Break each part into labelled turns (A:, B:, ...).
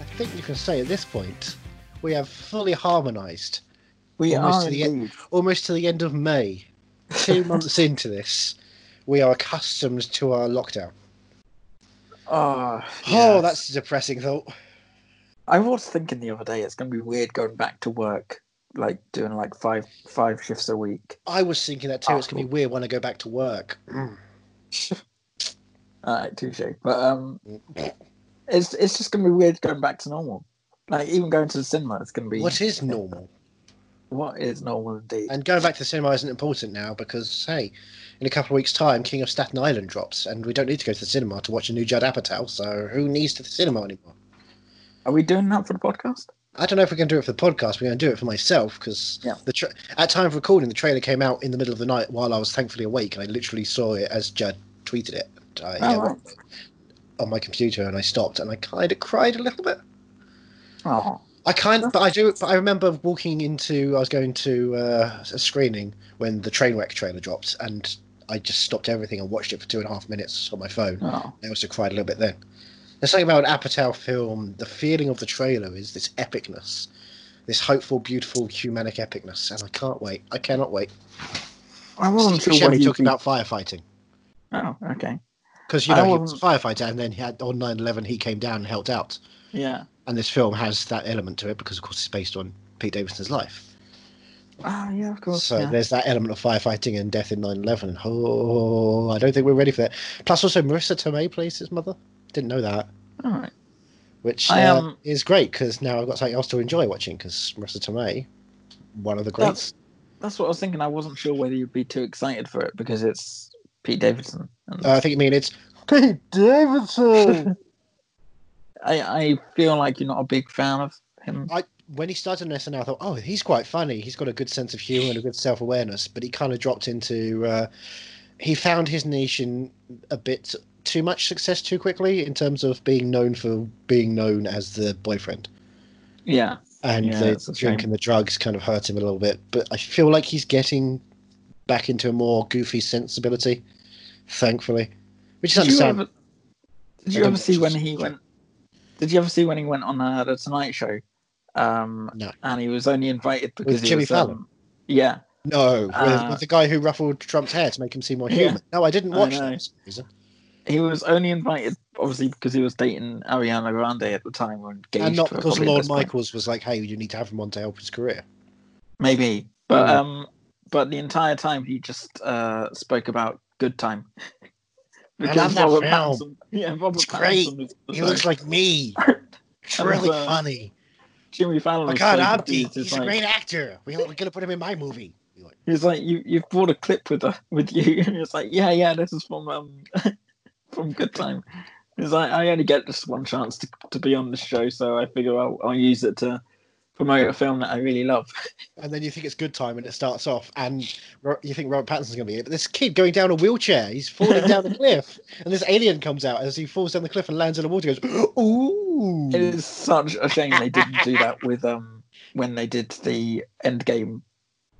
A: I think you can say at this point we have fully harmonised
B: We
A: Almost
B: are
A: to the end.
B: indeed.
A: almost to the end of May. Two months into this, we are accustomed to our lockdown.
B: Oh,
A: Oh,
B: yes.
A: that's a depressing thought.
B: I was thinking the other day it's going to be weird going back to work, like doing like five five shifts a week.
A: I was thinking that too. It's going to be weird when I go back to work. Mm.
B: All right, touche. But um,
A: Mm.
B: it's it's just going to be weird going back to normal. Like even going to the cinema, it's going to be
A: What is normal?
B: what is normal indeed.
A: And going back to the cinema isn't important now because, hey, in a couple of weeks' time, King of Staten Island drops, and we don't need to go to the cinema to watch a new Judd Apatow, so who needs to the cinema anymore?
B: Are we doing that for the podcast?
A: I don't know if we're going to do it for the podcast, we're going to do it for myself because
B: Yeah.
A: the tra- at time of recording, the trailer came out in the middle of the night while I was thankfully awake, and I literally saw it as Judd tweeted it. And I, Uh, yeah,
B: Oh, right.
A: on my computer, and I stopped, and I kind of cried a little bit.
B: Oh,
A: I kind, but I do. But I remember walking into. I was going to uh, a screening when the Trainwreck trailer dropped, and I just stopped everything and watched it for two and a half minutes on my phone.
B: oh.
A: I also cried a little bit then. There's something about an Apatow film. The feeling of the trailer is this epicness, this hopeful, beautiful, humanic epicness, and I can't wait. I cannot wait.
B: I wasn't sure
A: Shall
B: what
A: we
B: you
A: talk
B: think-
A: about firefighting?
B: Oh, okay.
A: Because you know
B: I
A: he was
B: wasn't-
A: a firefighter, and then he had on 9/11 he came down and helped out.
B: Yeah.
A: And this film has that element to it because, of course, it's based on Pete Davidson's life.
B: Ah, yeah, of course.
A: So
B: yeah.
A: there's that element of firefighting and death in 9/11. Oh, I don't think we're ready for that. Plus, also Marissa Tomei plays his mother. Didn't know that,
B: All right.
A: which
B: I,
A: uh,
B: um,
A: is great because now I've got something else to enjoy watching. Because Marissa Tomei, one of the greats.
B: That's that's what I was thinking. I wasn't sure whether you'd be too excited for it because it's Pete Davidson. And
A: Uh, I think you mean it's Pete Davidson.
B: I I feel like you're not a big fan of him.
A: I when he started on SNL, I thought, oh, he's quite funny. He's got a good sense of humor and a good self awareness. But he kind of dropped into. Uh, he found his niche in a bit too much success too quickly in terms of being known for being known as the boyfriend.
B: Yeah.
A: and
B: Yeah,
A: the
B: it's a
A: drink
B: shame.
A: and the drugs kind of hurt him a little bit. But I feel like he's getting back into a more goofy sensibility, thankfully. Which is
B: Did you
A: understandable.
B: ever, did you
A: don't-
B: ever see when he went? Did you ever see when he went on uh, the Tonight Show? Um,
A: No.
B: And he was only invited because he
A: Jimmy
B: was,
A: Fallon?
B: um, yeah.
A: No, with,
B: Uh,
A: with the guy who ruffled Trump's hair to make him seem more
B: Yeah.
A: human. No, I didn't
B: I
A: watch
B: know.
A: that. for some reason.
B: He was only invited, obviously, because he was dating Ariana Grande at the time, or engaged.
A: And not
B: for
A: because
B: probably at
A: Lord
B: this point.
A: Michaels was like, hey, you need to have him on to help his career.
B: maybe but
A: Mm.
B: um but the entire time he just uh spoke about good time Because
A: love that
B: Robert
A: film.
B: Pattinson- yeah Robert
A: It's great.
B: Pattinson was-
A: He looks like me. It's
B: And,
A: really
B: uh,
A: funny.
B: Jimmy Fallon
A: Oh,
B: was
A: God,
B: so
A: I'm
B: confused.
A: He's a
B: like,
A: great actor. We, we're going to put him in my movie. You're like,
B: he was like you you've brought a clip with uh, with you and it's like yeah yeah this is from um from good time he's like I only get this one chance to, to be on the show so I figure I'll, I'll use it to promote a film that I really love
A: and then you think it's good time and it starts off and Ro- you think Robert Pattinson's going to be in it but this kid going down a wheelchair he's falling down a cliff and this alien comes out as he falls down the cliff and lands in the water he goes ooh
B: It is such a shame they didn't do that with um when they did the Endgame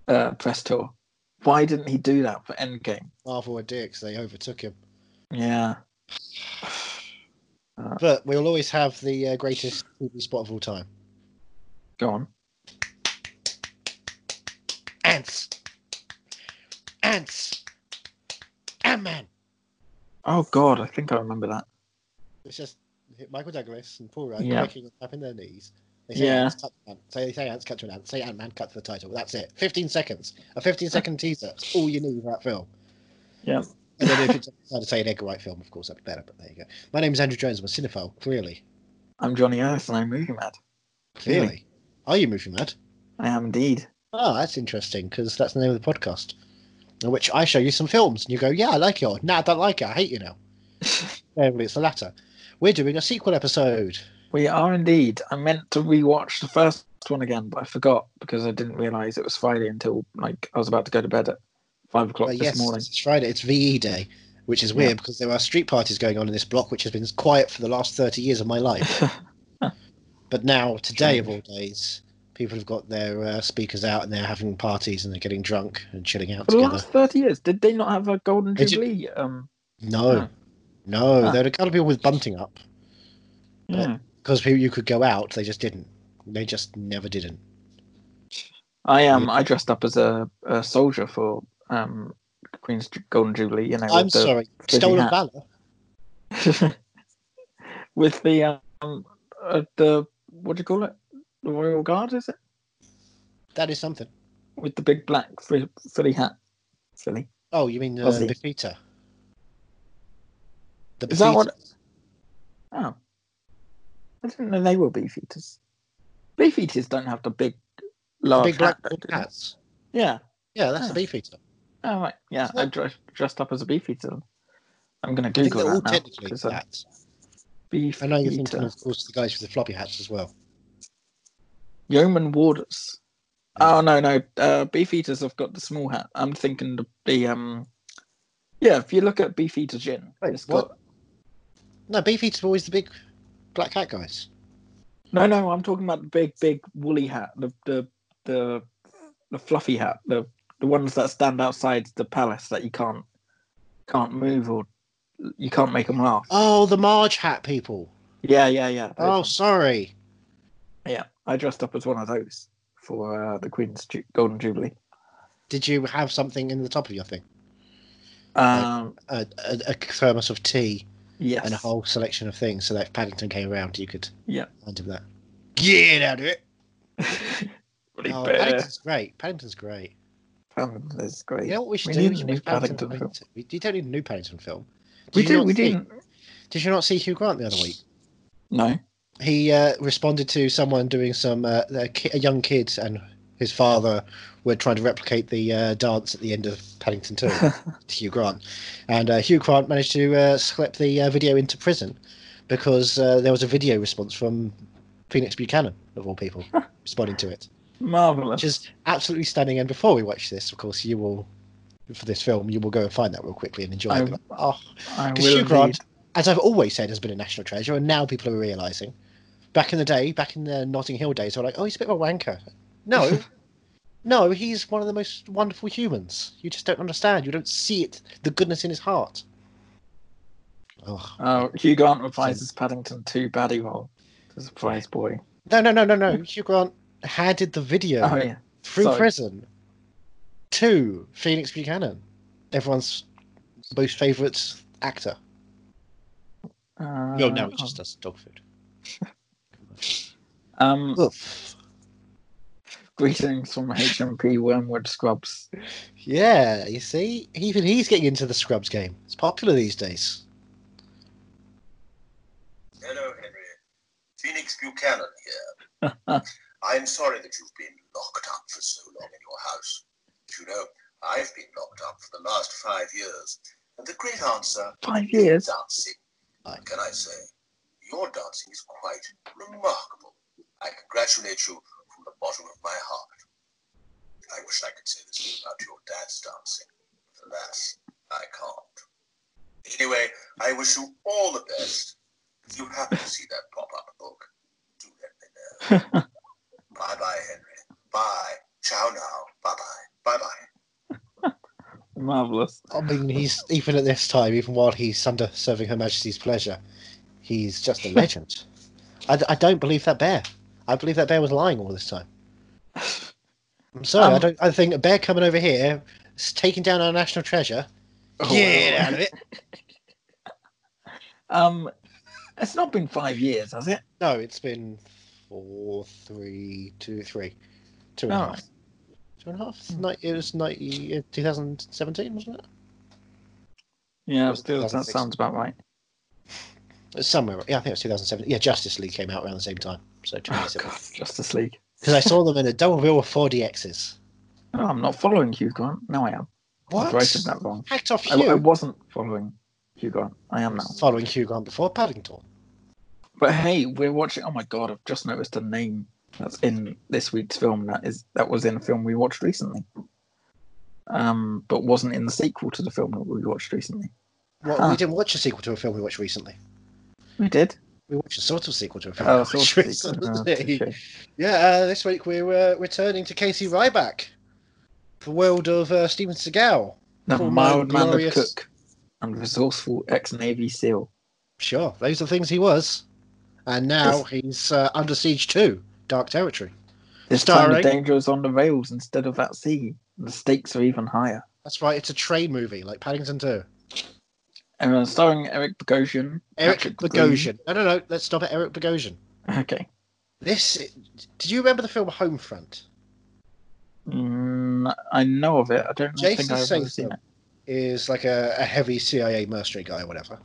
B: uh, press tour. Why didn't he do that for Endgame?
A: Marvel were dicks they overtook him
B: Yeah,
A: but we'll always have the uh, greatest TV spot of all time
B: go on.
A: ants ants Ant-Man
B: Oh God, I think I remember that.
A: it's just Michael Douglas and Paul Rudd
B: Yeah.
A: clicking and tapping their knees they say,
B: Yeah.
A: ants, cut to ant. say, say ants cut to an ant. Say Ant Man cut to the title. That's it. 15 seconds. A 15 second teaser. That's all you need for that film.
B: Yeah.
A: And then if it's I'd say an Edgar Wright film, of course, that'd be better. But there you go. My name is Andrew Jones. I'm a cinephile. Clearly,
B: I'm Johnny Earth and I'm movie mad.
A: clearly.
B: Really?
A: Are you movie mad?
B: I am indeed.
A: Oh, that's interesting because that's the name of the podcast, in which I show you some films and you go, "Yeah, I like it," or "Nah, I don't like it. I hate you now." Generally, it's the latter. We're doing a sequel episode.
B: We are indeed. I meant to rewatch the first one again, but I forgot because I didn't realise it was Friday until like I was about to go to bed at five o'clock
A: But
B: this
A: yes,
B: morning.
A: it's Friday. It's VE Day, which is weird because there are street parties going on in this block, which has been quiet for the last thirty years of my life. But now, today of all days, people have got their uh, speakers out and they're having parties and they're getting drunk and chilling out
B: For the
A: together.
B: last thirty years, did they not have a golden
A: Did you-
B: jubilee? Um,
A: No,
B: Huh.
A: no,
B: Huh.
A: there were a couple of people with bunting up But-
B: yeah.
A: because you could go out. They just didn't. They just never didn't.
B: I um, I dressed up as a, a soldier for um Queen's Ju- golden jubilee. You know,
A: I'm
B: with the-
A: sorry,
B: fizzy
A: stolen
B: hat.
A: valor.
B: with the um uh, the what do you call it? The royal guard is it?
A: That is something.
B: With the big black fri- frilly hat. Frilly.
A: Oh, you mean uh,
B: Aussie.
A: the Befita? The
B: Is that
A: Befita.
B: what- Oh, I didn't know they were beef eaters. Beef eaters don't have the big,
A: The
B: large
A: big black
B: hat, do they?
A: hats.
B: Yeah.
A: Yeah, that's
B: Ah.
A: the Befita.
B: Oh right. Yeah,
A: Isn't
B: I
A: that-
B: dressed dressed up as a beef eater. I'm gonna
A: I think
B: Google
A: they're all
B: that now.
A: technically
B: 'cause, uh,
A: hats.
B: beef
A: I know you're thinking,
B: eater.
A: of course, the guys with the floppy hats as well.
B: Yeoman warders.
A: Yeah.
B: Oh no no, uh, beef eaters have got the small hat. I'm thinking the, the um, yeah. If you look at beef eaters in,
A: Wait,
B: it's
A: what?
B: got
A: No, Beefeaters are always the big black hat guys.
B: no no. I'm talking about the big big woolly hat, the the the, the fluffy hat, the the ones that stand outside the palace that you can't can't move or you can't make them laugh.
A: Oh, the Marge hat people.
B: Yeah yeah yeah. those
A: Oh,
B: ones.
A: sorry.
B: yeah. I dressed up as one of those for uh, the Queen's Ju- Golden Jubilee.
A: Did you have something in the top of your thing?
B: Um,
A: A, a, a thermos of tea
B: yes.
A: and a whole selection of things, so that if Paddington came around, you could
B: Yeah.
A: hand him that. Get out of it.
B: Bloody
A: Oh,
B: bear.
A: Paddington's great. Paddington's great.
B: Um, that's great.
A: You know what we should do?
B: We need
A: We
B: a
A: should
B: new
A: make Paddington.
B: Paddington film.
A: Paddington. We, you don't need a new Paddington film. Did
B: we
A: you
B: do.
A: not
B: We
A: see-
B: didn't.
A: Did you not see Hugh Grant the other week?
B: No.
A: He uh, responded to someone doing some uh, a, ki- a young kid and his father were trying to replicate the uh, dance at the end of Paddington Two to Hugh Grant, and uh, Hugh Grant managed to uh, slip the uh, video into prison because uh, there was a video response from Phoenix Buchanan of all people responding to it.
B: Marvelous.
A: which is absolutely stunning. And before we watch this, of course, you will for this film you will go and find that real quickly and enjoy
B: I-
A: it. Oh,
B: I
A: because
B: will
A: Hugh Grant,
B: indeed.
A: as I've always said, has been a national treasure, and now people are realizing. Back in the day, back in the Notting Hill days, they were like, "Oh, he's a bit of a wanker." No, no, he's one of the most wonderful humans. You just don't understand. You don't see it, the goodness in his heart. Oh.
B: Uh, Hugh Grant reprises Paddington Two baddie role to surprise boy.
A: No, no, no, no, no. Hugh Grant had the video.
B: Oh yeah.
A: through
B: Sorry.
A: prison to Phoenix Buchanan, everyone's most favourite actor.
B: Uh,
A: no, now he just does dog food.
B: Um,
A: Oof.
B: greetings from HMP Wormwood Scrubs.
A: Yeah, you see, even he's getting into the Scrubs game. It's popular these days.
C: Hello, Henry. Phoenix Buchanan here. I'm sorry that you've been locked up for so long in your house. You know, I've been locked up for the last five years. And the great answer
B: Five
C: is
B: years.
C: dancing.
A: Aye.
C: Can I say, your dancing is quite remarkable. I congratulate you from the bottom of my heart. I wish I could say the same about your dad's dancing. but Alas, I can't. Anyway, I wish you all the best. If you happen to see that pop-up book, do let me know. Bye-bye, Henry. Bye. Ciao now. Bye-bye. Bye-bye.
B: Marvelous.
A: I mean, he's even at this time, even while he's under serving Her Majesty's pleasure, he's just a legend. I, I don't believe that bear. I believe that bear was lying all this time. I'm sorry, I
B: Um,
A: don't. I think a bear coming over here, s- taking down our national treasure.
B: Oh,
A: Get
B: wow.
A: out of it.
B: Um, it's not been five years, has it?
A: No, it's been four, three, two, three, two and a half,
B: Alright.
A: two and a half. Ni- It was ninety, uh, 2017, wasn't it?
B: Yeah,
A: was
B: still, that
A: 2006.
B: sounds about right.
A: It's somewhere. Yeah, I think it was 2017. Yeah, Justice League came out around the same time. So
B: Oh,
A: 2017.
B: God, Justice League.
A: Because I saw them in a double bill of 4DXs.
B: Oh, I'm not following Hugh Grant. No, I am. I've written that wrong.
A: Hacked off
B: I, I
A: Hugh.
B: wasn't following Hugh Grant. I am now.
A: Following Hugh Grant before Paddington.
B: But hey, we're watching. Oh my god! I've just noticed a name that's in this week's film. That is that was in a film we watched recently, um, but wasn't in the sequel to the film that we watched recently.
A: Well,
B: Huh.
A: We didn't watch a sequel to a film we watched recently.
B: We did.
A: we watched a sort of sequel to a film.
B: Oh,
A: we
B: sort of
A: watched
B: sequel.
A: recently.
B: Oh, okay.
A: Yeah, uh, this week we're uh, returning to Casey Ryback, the world of uh, Steven Seagal.
B: The
A: Poor
B: mild mannered
A: glorious-
B: cook and resourceful ex Navy SEAL.
A: Sure, those are things he was, and now he's uh, under siege too. Dark territory.
B: This time
A: Starring-
B: the danger is on the rails instead of at sea. The stakes are even higher.
A: That's right. It's a train movie like Paddington Two.
B: And uh, starring Eric Bogosian.
A: Eric
B: Patrick
A: Bogosian. No, no, no. Let's stop at Eric Bogosian.
B: Breen. Okay.
A: This. Did you remember the film Homefront?
B: Mm, I know of it. I don't think
A: Jason
B: I've ever seen
A: Statham is like a, a heavy CIA mercenary guy or whatever,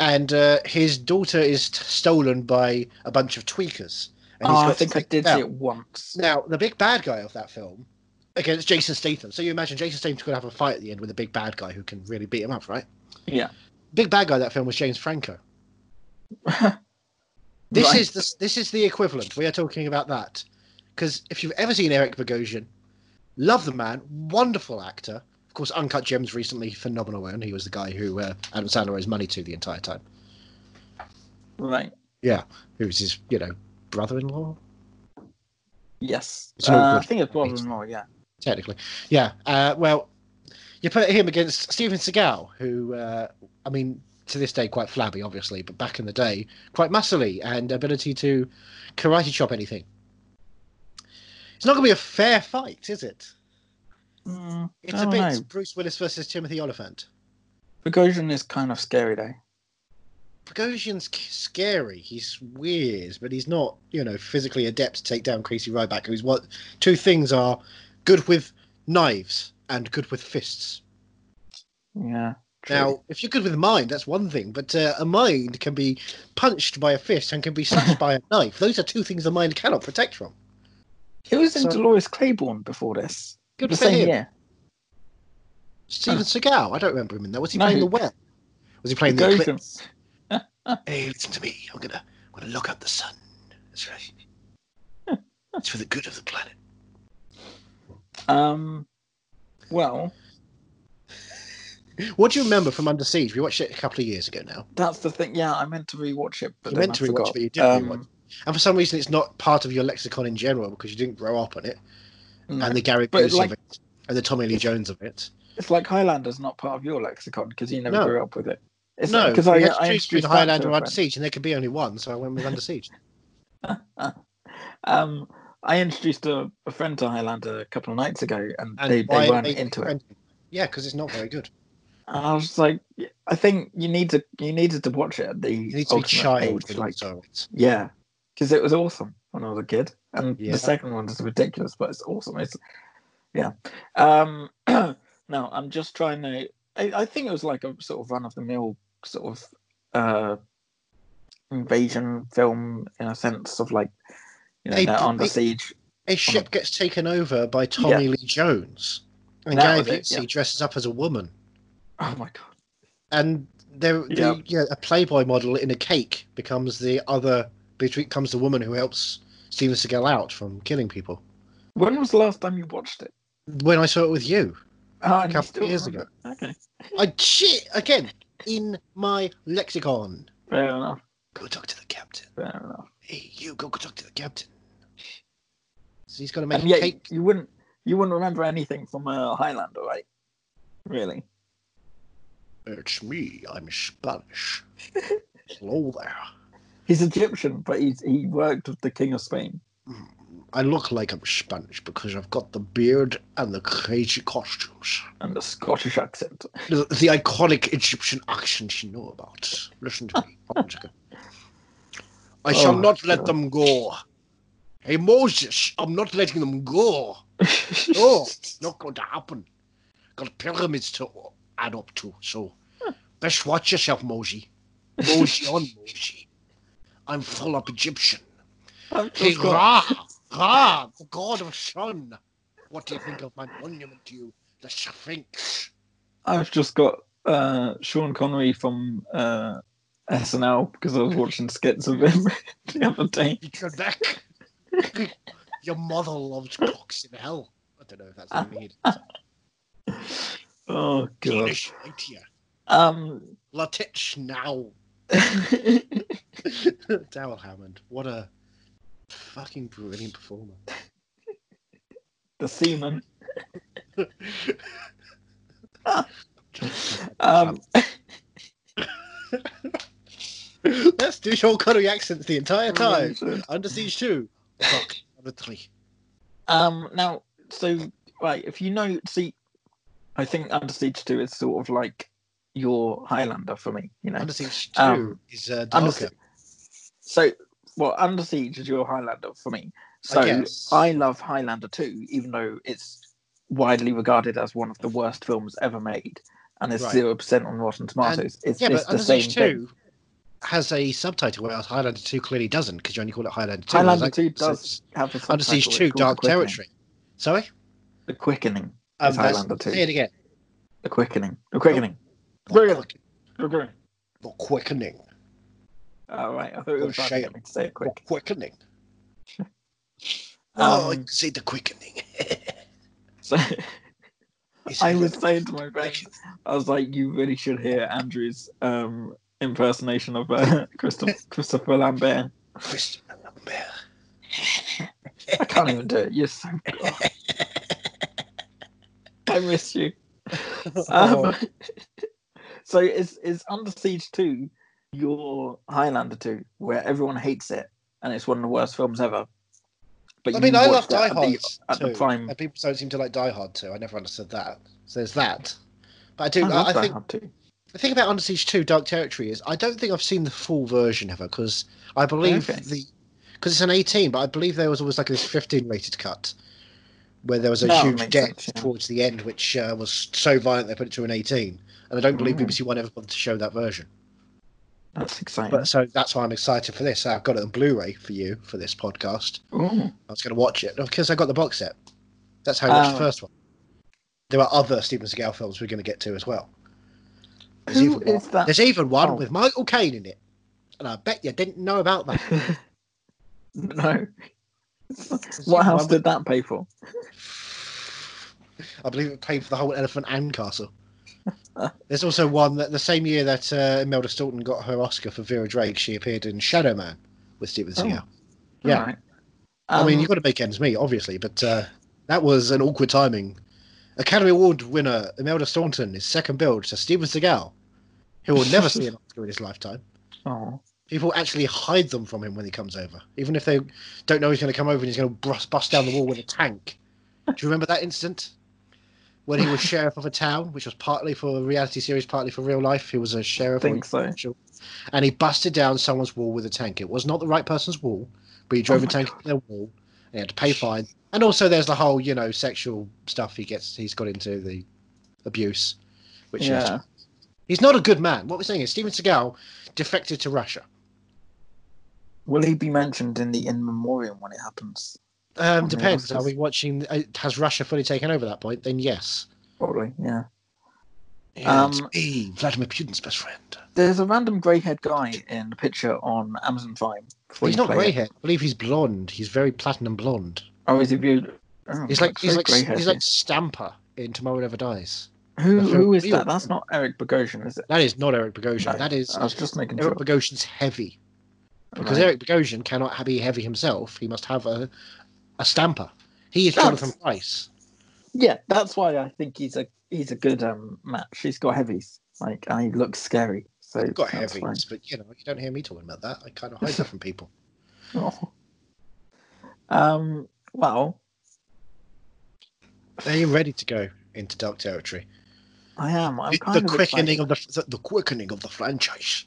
A: and uh, his daughter is t- stolen by a bunch of tweakers.
B: it.
A: And he's
B: Oh, I
A: got to
B: think I
A: take
B: did
A: them
B: see
A: out.
B: it once.
A: Now the big bad guy of that film, again, it's Jason Statham. So you imagine Jason Statham's going to have a fight at the end with a big bad guy who can really beat him up, right?
B: Yeah.
A: Big bad guy of that film was James Franco. This
B: Right.
A: is the, this is the equivalent. We are talking about that because if you've ever seen Eric Bogosian, love the man, wonderful actor. Of course, Uncut Gems recently phenomenal, and he was the guy who uh, Adam Sandler owes money to the entire time.
B: Right.
A: Who was his, you know, brother-in-law
B: Yes.
A: It's all
B: Uh, I
A: good.
B: think it's Brother in Law, yeah.
A: technically. Yeah. Uh, well, you put him against Steven Seagal, who uh, I mean, to this day, quite flabby, obviously, but back in the day, quite muscly and ability to karate chop anything. It's not going to be a fair fight, is it?
B: Mm,
A: It's
B: I
A: a
B: don't
A: bit
B: know.
A: Bruce Willis versus Timothy Oliphant.
B: Bogosian is kind of scary, though.
A: Bogosian's c- scary. He's weird, but he's not, you know, physically adept to take down Casey Ryback, who's what two things are good with knives and good with fists.
B: Yeah. true.
A: Now, if you're good with a mind, that's one thing, but uh, a mind can be punched by a fist and can be slashed by a knife. Those are two things the mind cannot protect from.
B: he was in
A: so-
B: Dolores Claiborne before this.
A: Good
B: the
A: for
B: same
A: him.
B: year.
A: Steven Seagal, I don't remember him in that. Was he
B: No.
A: playing the well? Was he playing the
B: Bogosian.
A: eclipse? Hey, listen to me. I'm gonna I'm gonna look up the sun. That's right. it's for the good of the planet.
B: Um, well,
A: What do you remember from Under Siege? We watched it a couple of years ago now,
B: that's the thing. Yeah, I meant to rewatch it, but
A: You
B: then
A: meant
B: I
A: to rewatch,
B: forgot. Um,
A: but you didn't rewatch and for some reason, it's not part of your lexicon in general because you didn't grow up on it.
B: no.
A: And the Gary
B: But
A: Busey
B: like-
A: of it, and the Tommy Lee Jones of it.
B: It's like Highlander's not part of your lexicon because you never
A: No.
B: grew up with it. It's
A: no,
B: because
A: we
B: I,
A: had to choose
B: I
A: between
B: introduced that to
A: Highlander
B: a
A: or Under
B: friend.
A: Siege, and there could be only one, so I went with Under Siege.
B: Um, I introduced a, a friend to Highlander a couple of nights ago, and,
A: And
B: they,
A: why
B: they weren't
A: they
B: into it.
A: friend- Yeah, because it's not very good.
B: And I was like, I think you need to you needed to watch it at the
A: You need to be
B: ultimate
A: child.
B: age,
A: when
B: like
A: you saw it.
B: yeah, because it was awesome when I was a kid, and
A: Yeah.
B: the second one is ridiculous, but it's awesome. It's yeah. Um, no, I'm just trying to. I, I think it was like a sort of run of the mill sort of uh invasion film in a sense of like you know
A: They-
B: they're under
A: they-
B: siege
A: a ship gets taken over by Tommy Lee Jones, and
B: That
A: Gary
B: was it,
A: Busey dresses up as a woman,
B: Oh my god.
A: and there,
B: Yeah.
A: the, yeah, a Playboy model in a cake becomes the other becomes the woman who helps Steven Seagal out from killing people.
B: When was the last time you watched it?
A: When I saw it with you,
B: Oh, and
A: a
B: you
A: couple
B: still
A: of years ago,
B: remember it. Okay.
A: I shit again in my lexicon.
B: Fair enough.
A: Go talk to the captain.
B: Fair enough.
A: Hey, you go, go talk to the captain. So he's got to make
B: And
A: a
B: yet you-
A: cake.
B: you wouldn't you wouldn't remember anything from uh, Highlander, right? Really?
A: It's me. I'm Spanish. Hello there.
B: He's Egyptian, but he's he worked with the King of Spain.
A: Mm, I look like I'm Spanish because I've got the beard and the crazy costumes.
B: And the Scottish accent.
A: The, the iconic Egyptian accent you know about. Listen to me. One second. I shall
B: Oh,
A: not let
B: God.
A: them go. Hey, Moses, I'm not letting them go. No, it's Oh, not going to happen. Got pyramids to add up to, so best watch yourself, Mosey. Mosey on, Mosey. I'm full up Egyptian.
B: I've
A: Hey,
B: just got-
A: Ra, Ra, the god of sun. What do you think of my monument to you, the Sphinx?
B: I've just got uh, Sean Connery from uh, SNL because I was watching skits of him the other day.
A: You Trebek. Your mother loves cocks in hell. I don't know if that's what we need.
B: Oh god.
A: Danish idea.
B: Um
A: Latich now. Daryl Hammond, what a fucking brilliant performer.
B: the semen.
A: Um,
B: Um,
A: Let's do your Korea accents the entire time.
B: um,
A: Under siege two. Fuck. Under three.
B: um, now, so right, if you know, see, I think Under Siege Two is sort of like your Highlander for me. You know,
A: Under siege two
B: Um,
A: is uh,
B: Under
A: darker.
B: so well, Under Siege is your Highlander for me. So I,
A: guess.
B: love Highlander Two, even though it's widely regarded as one of the worst films ever made, and it's
A: Right.
B: zero percent on Rotten Tomatoes. it's
A: yeah,
B: it's
A: but
B: the
A: Under
B: same
A: siege
B: thing.
A: two has a subtitle, whereas Highlander two clearly doesn't, because you only call it Highlander two.
B: Highlander
A: Like,
B: Two
A: so
B: does have a
A: it's Under siege
B: subtitle,
A: two,
B: it's called
A: Dark
B: The Quickening.
A: Territory. Sorry.
B: The Quickening.
A: Um,
B: It's
A: that's-
B: Highlander two.
A: Say it again.
B: The Quickening. The Quickening.
A: Not,
B: Really?
A: quick-
B: Quickening.
A: not quickening.
B: All right. I thought it
A: Oh,
B: was hard
A: shit.
B: for me to say it
A: Not
B: quick.
A: quickening. oh, I
B: Um,
A: can see the quickening.
B: so
A: It's
B: I was
A: quickening.
B: saying to my friend, I was like, you really should hear Andrew's um, impersonation of uh, Christopher, Christopher Lambert.
A: Christopher Lambert.
B: I can't even do it. You're so good. I miss you. Um,
A: Oh,
B: so is is Under Siege two your Highlander two, where everyone hates it and it's one of the worst films ever. But
A: I mean, I love
B: Oh. watched it
A: Die
B: at the-
A: Hard
B: at the
A: too,
B: prime.
A: and people don't seem to like Die Hard too. I never understood that. So there's that. But I do.
B: I love
A: I, I
B: Die
A: think
B: Hard too.
A: the thing about Under Siege Two: Dark Territory is I don't think I've seen the full version of it because I believe
B: Okay.
A: the because it's an 18, but I believe there was always like this 15 rated cut where there was a
B: Oh, That would
A: huge
B: make
A: death
B: sense, yeah.
A: towards the end, which uh, was so violent they put it to an 18. And I don't believe
B: Mm.
A: BBC One ever bothered to show that version.
B: That's exciting.
A: But so that's why I'm excited for this. I've got it on Blu-ray for you for this podcast.
B: Ooh.
A: I was going to watch it because I got the box set. That's how I watched
B: Oh.
A: the first one. There are other Steven Seagal films we're going to get to as well. There's
B: Who
A: even
B: is that?
A: There's even one
B: Oh.
A: with Michael Caine in it, and I bet you didn't know about that.
B: no.
A: There's
B: What
A: even
B: house
A: one
B: did that pay for?
A: with- I believe it paid for the whole Elephant and Castle. There's also one that the same year that uh, Imelda Staunton got her Oscar for Vera Drake, she appeared in Shadow Man with Steven
B: Oh.
A: Seagal. Yeah.
B: Alright.
A: I mean,
B: Um,
A: you've got to make ends meet, obviously, but uh, that was an awkward timing. Academy Award winner Imelda Staunton is second billed to Steven Seagal, who will never see an Oscar in his lifetime.
B: oh.
A: People actually hide them from him when he comes over, even if they don't know he's going to come over and he's going to bust, bust down the wall with a tank. Do you remember that incident? When he was sheriff of a town, which was partly for a reality series, partly for real life. He was a
B: I
A: sheriff,
B: think so.
A: and he busted down someone's wall with a tank. It was not the right person's wall, but he drove
B: Oh
A: a
B: my
A: tank into their wall and he had to pay fine. And also, there's the whole you know sexual stuff he gets. He's got into the abuse, which he has to-
B: Yeah.
A: he's not a good man. What we're saying is Steven Seagal defected to Russia.
B: Will he be mentioned in the in memoriam when it happens?
A: Um,
B: Oh,
A: depends.
B: yeah.
A: Are we watching? uh, Has Russia fully taken over at that point? Then yes.
B: Probably, yeah.
A: Yeah,
B: Um,
A: it's me, Vladimir Putin's best friend.
B: There's a random grey-haired guy in the picture on Amazon Prime. before
A: He's
B: you
A: not
B: play it.
A: grey hair. I believe he's blonde. He's very platinum blonde.
B: Oh, is he viewed? Oh,
A: He's like
B: that's
A: he's
B: very
A: like
B: grey-haired.
A: he's like Stamper in Tomorrow Never Dies.
B: who?
A: that's
B: Who is
A: real.
B: that? That's not Eric Bogosian, is it?
A: That is not Eric Bogosian.
B: No,
A: that is
B: I was just making sure.
A: Eric Bogosian's heavy because
B: Right.
A: Eric Bogosian cannot ha- be heavy himself. He must have a a stamper. He is
B: That's-
A: Jonathan Price.
B: Yeah, that's why I think he's a he's a good um match. He's got heavies, like and he looks scary. So
A: I've got
B: that's
A: heavies,
B: fine.
A: but you know you don't hear me talking about that. I kind of hide that from people.
B: Oh. Um. Well,
A: Are you ready to go into dark territory?
B: I am. I'm
A: The-
B: kind
A: the
B: of
A: quickening
B: excited.
A: of the, the the quickening of the franchise.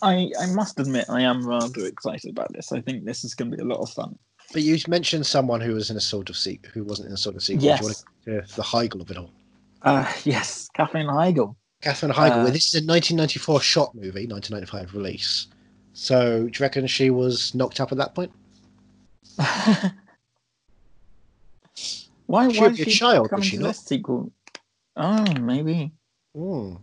B: I I must admit, I am rather excited about this. I think this is going to be a lot of fun.
A: But you mentioned someone who was in a sort of sequel, who wasn't in a sort of sequel. Do you
B: Yes.
A: want to, the Heigl of it all.
B: Uh. Yes. Kathleen Heigl.
A: Catherine Heigl.
B: Uh,
A: well, this is a 1994 shot movie, 1995 release. So, do you reckon she was knocked up at that point?
B: why?
A: She
B: why
A: would be a
B: did she
A: child, would
B: come
A: she
B: into
A: not?
B: this sequel? Oh, maybe.
A: Hmm.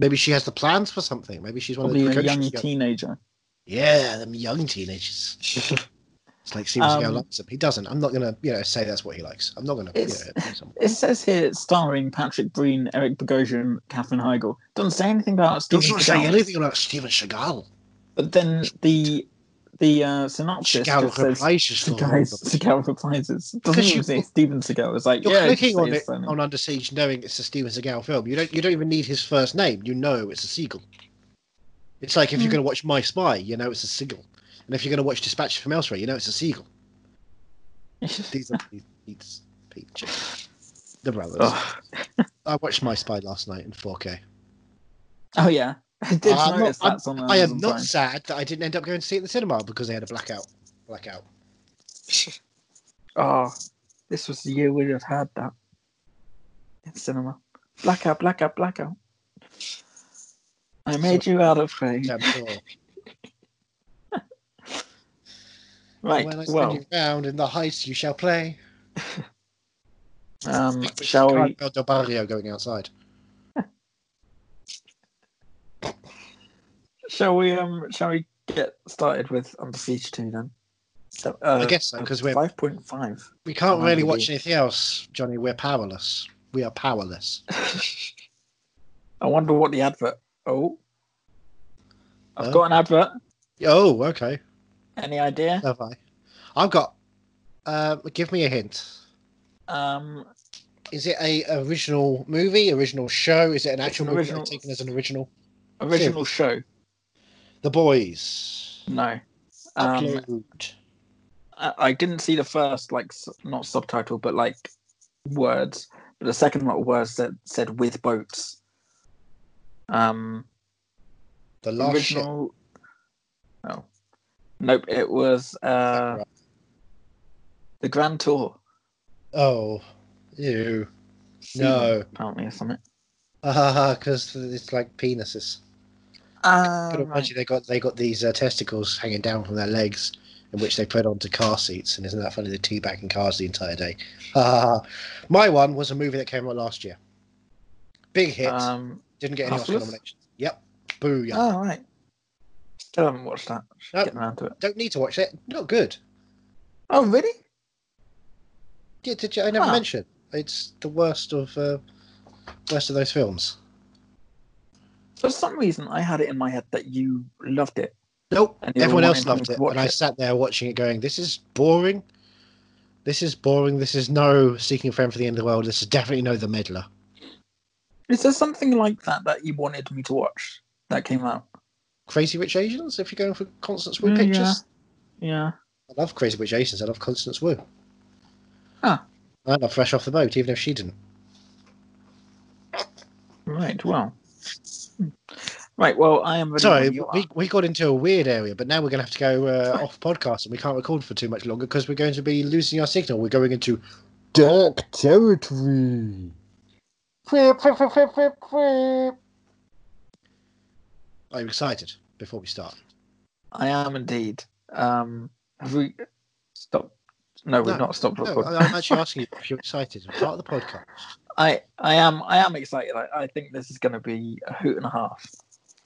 A: Maybe she has the plans for something. Maybe she's one
B: Probably
A: of
B: a
A: the
B: young
A: precocious young-
B: teenager.
A: Yeah, them young teenagers. It's like Steven Seagal
B: Um,
A: likes him. He doesn't. I'm not gonna, you know, say that's what he likes. I'm not gonna. You know,
B: It's-
A: do something.
B: It says here it's starring Patrick Breen, Eric Bogosian, Catherine Heigl. Doesn't say anything about Steven
A: Doesn't say
B: Seagal.
A: anything about Steven Seagal.
B: But then the the uh, synopsis
A: Scout
B: just says
A: replies just for
B: Seagal, Seagal replies. It doesn't
A: 'Cause
B: even
A: you-
B: say it's Steven Seagal. It's like
A: You're
B: yeah, just
A: clicking
B: say
A: on
B: it's
A: it
B: Simon.
A: on Under Siege knowing it's a Steven Seagal film. You don't you don't even need his first name. You know it's a seagull. It's like if you're
B: Mm.
A: going to watch My Spy, you know it's a seagull. And if you're going to watch Dispatches from Elsewhere, you know it's a seagull. These are these peaches. The brothers.
B: Ugh.
A: I watched My Spy last night in 4K.
B: Oh yeah, I did
A: Uh, I'm not-
B: notice
A: I'm-
B: that's on.
A: I am
B: Amazon
A: not
B: Prime.
A: sad that I didn't end up going to see it in the cinema because they had a blackout. Blackout.
B: Oh, this was the year we'd have had that in cinema. Blackout, blackout, blackout. I made you out of clay.
A: Yeah, I'm sure.
B: Right.
A: when I spin
B: Well,
A: you round in the heist, you shall play.
B: um,
A: Which is
B: shall we?
A: Carnival del Barrio going outside.
B: Shall we? Um, shall we get started with Under Siege Two then? So, uh,
A: I guess so, 'cause we're-
B: five point five.
A: We can't
B: Oh,
A: really
B: yeah.
A: watch anything else, Johnny. We're powerless. We are powerless.
B: I wonder what the advert. Oh, I've
A: Huh?
B: got an advert.
A: Oh, okay.
B: Any idea?
A: Have I? I've got. Uh, give me a hint.
B: Um,
A: Is it a original movie, original show? Is it an actual
B: an
A: movie
B: original-
A: taken as an original?
B: original show.
A: The Boys.
B: No. Um,
A: Upload.
B: I, I didn't see the first like s- not subtitle but like words, but the second lot of words that said with boats. Um,
A: The last ship.
B: original. Oh, nope. It was uh, the Grand Tour.
A: Oh, ew. No. Ah,
B: apparently or something.
A: Because it's like penises.
B: Uh,
A: Could imagine they got they got these uh, testicles hanging down from their legs, in which they put onto car seats. And isn't that funny? They're teabagging cars the entire day. My one was a movie that came out last year. Big hit.
B: Um,
A: Didn't get any Oscar
B: Hustlers?
A: nominations. Yep. Booyah.
B: Oh right. Still haven't watched that. Should
A: Nope.
B: Get around to it.
A: Don't need to watch it. Not good.
B: Oh really?
A: Yeah, did you? I never
B: Huh.
A: mentioned. It's the worst of uh, worst of those films.
B: For some reason, I had it in my head that you loved it.
A: Nope.
B: And you
A: Everyone else
B: reminded me
A: loved
B: to
A: it,
B: watch
A: and I
B: it.
A: sat there watching it, going, "This is boring. This is boring. This is no seeking a friend for the end of the world. This is definitely no the meddler."
B: Is there something like that that you wanted me to watch that came out?
A: Crazy Rich Asians if you're going for Constance Wu
B: Mm,
A: pictures.
B: Yeah.
A: I love Crazy Rich Asians. I love Constance Wu.
B: Huh.
A: I love Fresh Off the Boat, even if she didn't.
B: Right. Well. Hmm. Right. Well, I am. ready
A: Sorry,
B: when you
A: we, we got into a weird area, but now we're going to have to go uh, off podcast and we can't record for too much longer because we're going to be losing our signal. We're going into dark territory. Are you excited before we start?
B: are. I am indeed. Um. Have we stopped? No, we've
A: No,
B: not stopped
A: No,
B: recording.
A: I- I'm actually asking you if you're excited. We're part of the podcast.
B: I I am I am excited. I, I think this is going to be a hoot and a half,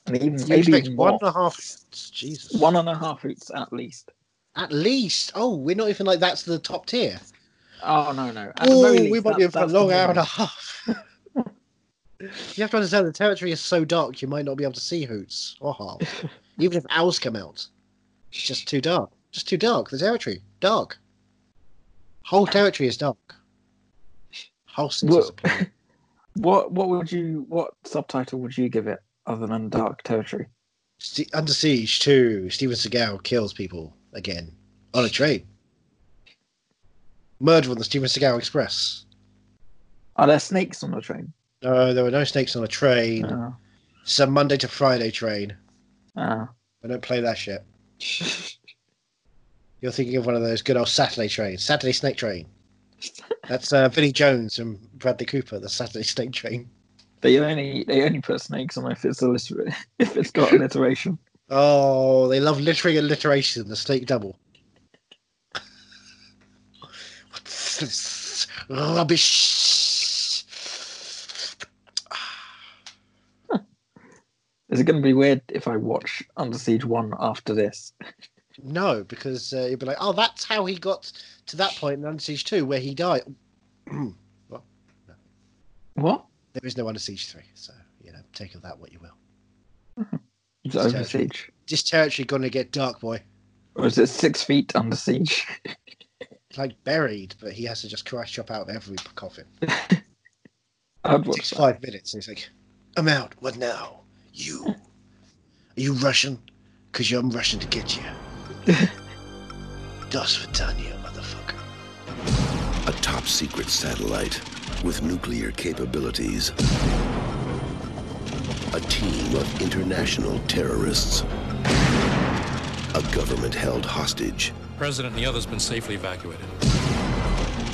B: and even
A: You
B: maybe
A: expect
B: even
A: one
B: more.
A: and a half. Jesus.
B: One and a half hoots at least.
A: At least. Oh, we're not even like that's the top tier.
B: Oh no no! At the
A: Oh,
B: very least,
A: we might
B: that-
A: be in for a
B: that's
A: long
B: the
A: hour and a
B: minimum.
A: half. you have to understand the territory is so dark you might not be able to see hoots or half. Even if owls come out, it's just too dark. Just too dark. The territory dark. Whole territory is dark. Whole cities.
B: Well- What what would you what subtitle would you give it other than Dark Territory?
A: Ste- Under siege too. Steven Seagal kills people again on a train. Murder on the Steven Seagal Express.
B: Are there snakes on the train?
A: No, there were no snakes on a train.
B: No.
A: Some Monday to Friday train.
B: Ah.
A: I don't play that shit. You're thinking of one of those good old Saturday trains, Saturday Snake Train. That's uh, Vinnie Jones and Bradley Cooper, the Saturday Snake Train.
B: they only they only put snakes on if it's alliter- if it's got alliteration.
A: Oh, they love literary alliteration, the Snake Double. What's this rubbish?
B: Is it going to be weird if I watch Under Siege One after this?
A: No, because uh, you'd be like, oh, that's how he got to that point in Under Siege 2 where he died.
B: What?
A: There is no Under Siege 3, so, you know, take of that what you will.
B: Is it over siege?
A: This territory gonna get dark, boy.
B: Or is it six feet under siege?
A: Like buried, but he has to just karate chop out every coffin.
B: I'd
A: It takes
B: watch that.
A: five minutes. And he's like, I'm out. What now? You. Are you Russian? Because I'm Russian to get you. Das Vitania, motherfucker.
D: a top secret satellite with nuclear capabilities, a team of international terrorists, a government held hostage,
E: President and the others been safely evacuated.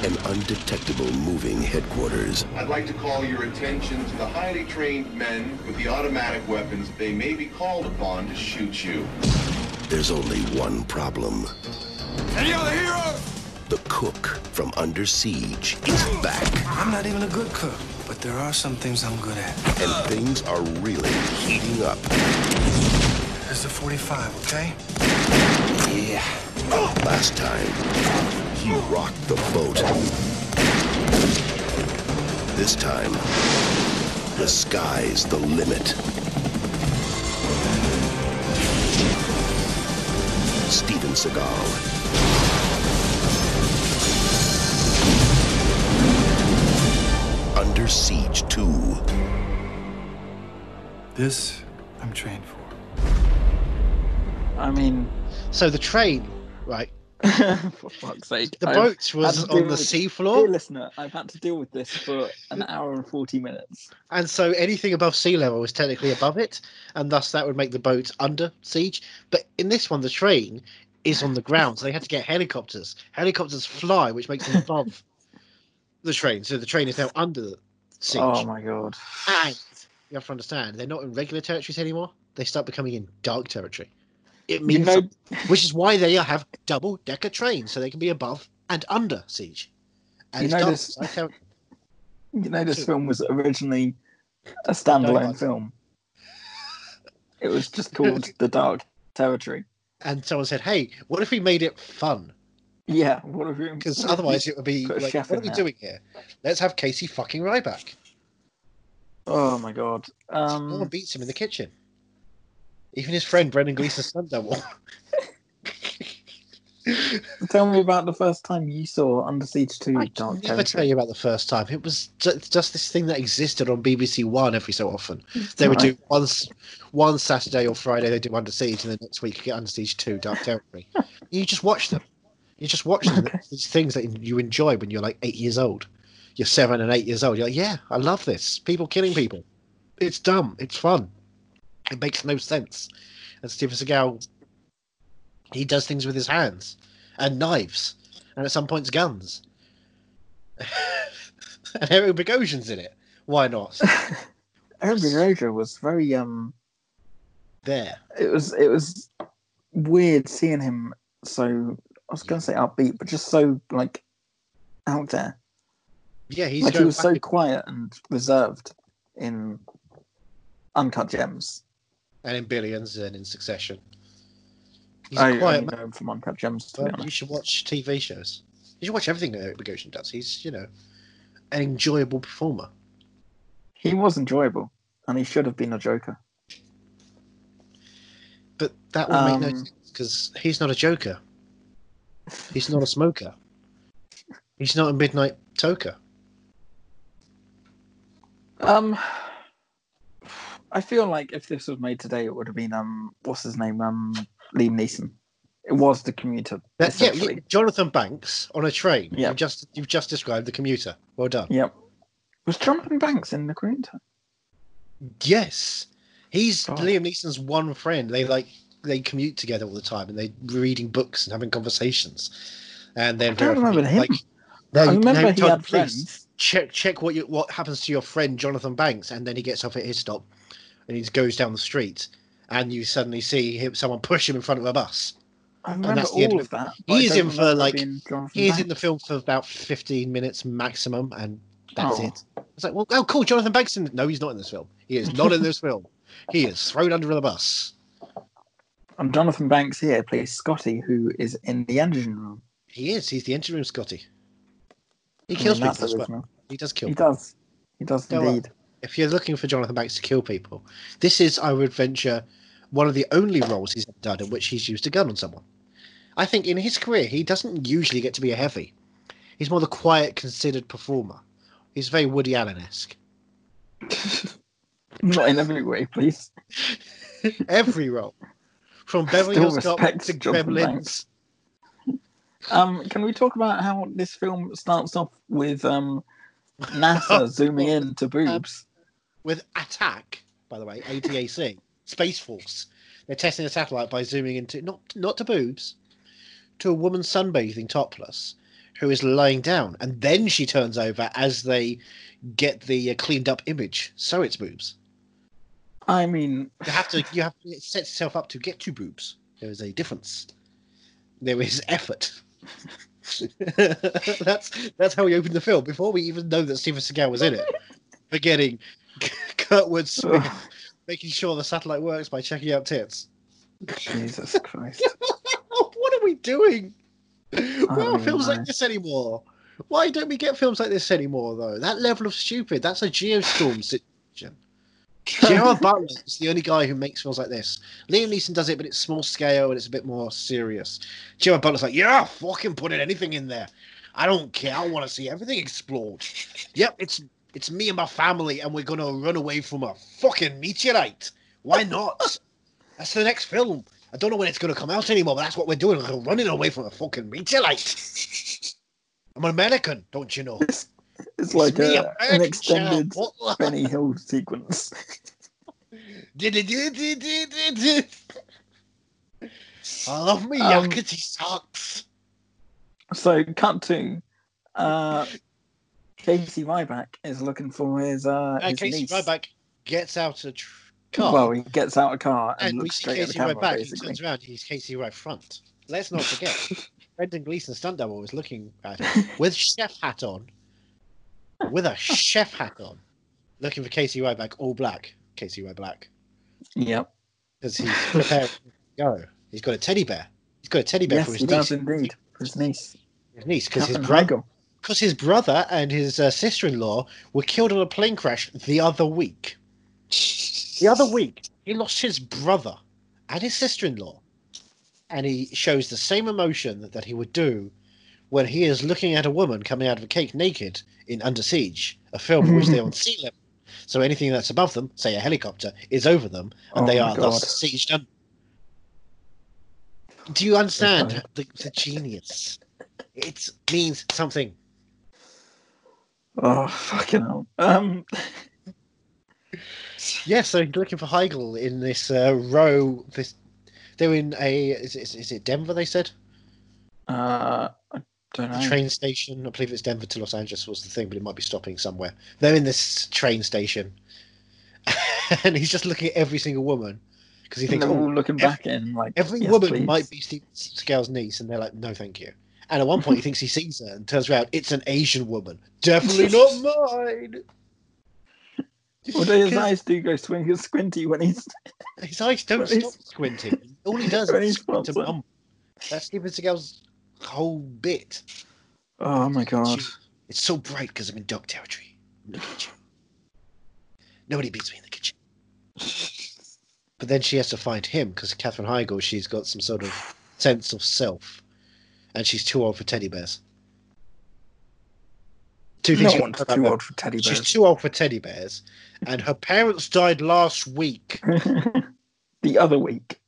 D: an undetectable moving headquarters,
F: I'd like to call your attention to the highly trained men with the automatic weapons they may be called upon to shoot you.
D: There's only one problem. Any other heroes? The cook from under siege is back,
G: I'm not even a good cook, but there are some things I'm good at.
D: and things are really heating up.
G: This is a 45, okay?
D: Yeah. Last time, he rocked the boat. This time, the sky's the limit. Steven Seagal. Under Siege 2.
G: This I'm trained for.
B: I mean,
A: So the train, right?
B: for fuck's sake.
A: The
B: I've
A: boat was
B: had to
A: on
B: deal
A: the
B: with- Dear
A: seafloor,
B: listener, I've had to deal with this for an hour and 40 minutes.
A: and so anything above sea level was technically above it, and thus that would make the boat under siege. But in this one, the train is on the ground, so they had to get helicopters. Helicopters fly, which makes them above the train. So the train is now under siege.
B: Oh my god.
A: And you have to understand, they're not in regular territories anymore. They start becoming in dark territory. It means,
B: You know,
A: which is why they have double decker trains, so they can be above and under siege.
B: You
A: And
B: know
A: it's
B: this-
A: dark, so
B: you know this film was originally a
A: Don't-
B: standalone film. It was just called The Dark Territory.
A: and someone said, "Hey, what if we made it fun?
B: Yeah, what have you?
A: Because otherwise, it would be
B: Put a
A: like,
B: chef
A: what are
B: in
A: we
B: there.
A: doing here? Let's have Casey fucking Ryback.
B: Oh my god.
A: No one
B: Um,
A: beats him in the kitchen. Even his friend Brendan Gleeson's son done one.
B: tell me about the first time you saw Under Siege 2
A: I can
B: Dark
A: never tell
B: Territory.
A: you about the first time. It was ju- just this thing that existed on BBC One every so often. They would do once one Saturday or Friday they do Under Siege, and then next week you get Under Siege Two, Dark Territory. you just watch them. You just watch them. These things that you enjoy when you're like eight years old. You're seven and eight years old. You're like, yeah, I love this. People killing people. It's dumb. It's fun. It makes no sense. And Steven Seagal, he does things with his hands and knives, and at some points guns. and Harry Bogosian's in it. Why not?
B: Erin Brigadier was very um.
A: there.
B: It was it was weird seeing him so. I was gonna say upbeat, but just so like out there.
A: Yeah, he's
B: like he
A: going
B: was
A: back
B: so
A: and-
B: quiet and reserved in Uncut Gems.
A: and in billions and in succession. He's
B: I um,
A: a quiet
B: only
A: man.
B: know him from Uncut Gems to be
A: but You
B: honest.
A: should watch TV shows. You should watch everything that Eric Bogosian does. He's, you know, an enjoyable performer.
B: He was enjoyable, and he should have been a Joker.
A: But that would make no
B: Um,
A: sense because he's not a joker. He's not a smoker. He's not a midnight toker.
B: Um, I feel like if this was made today, it would have been um, what's his name? Um, Liam Neeson. It was the commuter.
A: That, yeah,
B: essentially.
A: yeah, Jonathan Banks on a train.
B: Yeah.
A: You've just you've just described the commuter. Well done.
B: Yep. Was Jonathan Banks in the commuter?
A: Yes, he's
B: God.
A: Liam Neeson's one friend. They like they commute together all the time, and they are reading books and having conversations. And then
B: I don't remember him.
A: Like, no,
B: I
A: Oh, you- no,
B: remember
A: you
B: he
A: told
B: had
A: the police,
B: friends.
A: Check check what you, what happens to your friend Jonathan Banks, and then he gets off at his stop, and he goes down the street, and you suddenly see him, someone push him in front of a bus.
B: I remember
A: Oh, that's the end
B: all
A: of
B: of that.
A: He is in for, like-
B: He
A: He's in the film for about fifteen minutes maximum, and that's
B: Oh.
A: it. It's like, well, oh, cool, Jonathan Banks. In... No, he's not in this film. He is not in this film. He is thrown under the bus.
B: And Jonathan Banks here plays Scotty, who is in the engine room.
A: He is. He's the engine room Scotty. He
B: I mean,
A: kills
B: that's
A: people as well.
B: original.
A: He does kill.
B: He
A: people.
B: does. He does
A: Go on.
B: indeed.
A: If you're looking for Jonathan Banks to kill people, this is, I would venture, one of the only roles he's ever done in which he's used a gun on someone. I think in his career, he doesn't usually get to be a heavy. He's more the quiet, considered performer. He's very Woody Allen esque.
B: Not in every way, please.
A: Every role. From Beverly
B: Still
A: Hills Cop
B: respect
A: to
B: Jonathan
A: Gremlins.
B: Banks. Um, can we talk about how this film starts off with um, NASA zooming in
A: Um,
B: to boobs?
A: with Attack, by the way, ATAC, Space Force. They're testing a satellite by zooming into not not to boobs, to a woman sunbathing topless, who is lying down, and then she turns over as they get the uh, cleaned up image. So it's boobs.
B: I mean,
A: You have to you have it sets itself up to get to boobs. There is a difference. There is effort. that's that's how we opened the film before we even know that Steven Seagal was in it. Forgetting Kurtwood Smith
B: ugh,
A: making sure the satellite works by checking out tits.
B: Jesus Christ.
A: what are we doing? Why
B: Oh,
A: are films
B: my.
A: like this anymore? Why don't we get films like this anymore, though? That level of stupid, that's a Geostorm situation. Gerard Butler is the only guy who makes films like this. Liam Neeson does it, but it's small scale and it's a bit more serious. Gerard Butler's like, yeah, fucking put in anything in there. I don't care. I want to see everything explored. yep, it's it's me and my family, and we're gonna run away from a fucking meteorite. Why not? That's the next film. I don't know when it's gonna come out anymore, but that's what we're doing. We're running away from a fucking meteorite. I'm an American, don't you know?
B: It's, it's like
A: me,
B: a, an
A: American
B: extended
A: child. What-
B: Benny Hill sequence.
A: I love me
B: Um,
A: yakety socks.
B: So, cut to uh, Casey Ryback is looking for his, uh,
A: Uh,
B: his
A: Casey
B: niece.
A: Ryback gets out a tr- car,
B: Well, he gets out of car and,
A: and we
B: looks
A: see
B: straight at the
A: Casey
B: camera,
A: Ryback. He
B: basically.
A: turns around, he's Casey Ryback front. Let's not forget, Brendan Gleeson stunt double was looking at him with chef hat on, with a chef hat on, looking for Casey Ryback, all black. Casey Ryback,
B: Yep.
A: because he's prepared to go. He's got a teddy bear. He's got a teddy bear
B: Yes,
A: for his
B: he does
A: niece.
B: indeed. For his niece.
A: His niece, because his
B: Captain
A: brother.
B: Heigl.
A: because his brother and his uh, sister-in-law were killed in a plane crash the other week. The other week, he lost his brother and his sister-in-law, and he shows the same emotion that, that he would do when he is looking at a woman coming out of a cake naked in Under Siege, a film in which they're on sea level. So anything that's above them, say a helicopter, is over them, and
B: Oh
A: they
B: my
A: are thus sieged. Un- do you understand the, the genius? It means something.
B: Oh, fucking hell. Um,
A: Yeah, so he's looking for Heigl in this uh, row. This they're in a is, is, is it Denver? They said
B: uh, I don't know.
A: the train station. I believe it's Denver to Los Angeles was the thing, but it might be stopping somewhere. They're in this train station, and he's just looking at every single woman because he
B: And
A: thinks
B: they're
A: "Oh,
B: all looking back in like
A: every
B: yes,
A: woman
B: please.
A: might be Steve Scale's niece, and they're like, no, thank you. And at one point, he thinks he sees her and turns around. It's an Asian woman. Definitely not mine.
B: Although his eyes do go swing and squinty when he's
A: His eyes don't
B: When he's-
A: stop squinting. All he does
B: when
A: is
B: he's
A: squint and
B: proper.
A: mumble. That's Steven Seagal's whole bit.
B: Oh my god.
A: She- It's so bright because I'm in dog territory. Look at you. Nobody beats me in the kitchen. But then she has to find him because Catherine Heigl, she's got some sort of sense of self, and she's too old for teddy bears. Two
B: No
A: things you
B: one's
A: can
B: too
A: about
B: old for teddy
A: her. She's
B: bears.
A: too old for teddy bears, and her parents died last week.
B: the other week.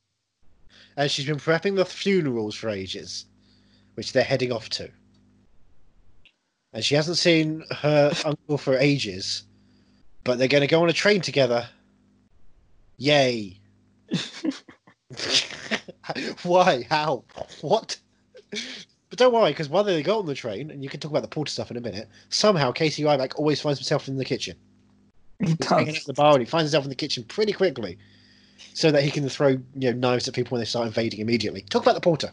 A: and she's been prepping the funerals for ages, which they're heading off to. And she hasn't seen her uncle for ages, but they're going to go on a train together. Yay! Why? How? What? But don't worry, because while they go on the train, and you can talk about the porter stuff in a minute, somehow Casey Ryback always finds himself in the kitchen.
B: He
A: He's hanging out at
B: does.
A: the bar and he finds himself in the kitchen pretty quickly so that he can throw you know knives at people when they start invading immediately. Talk about the porter.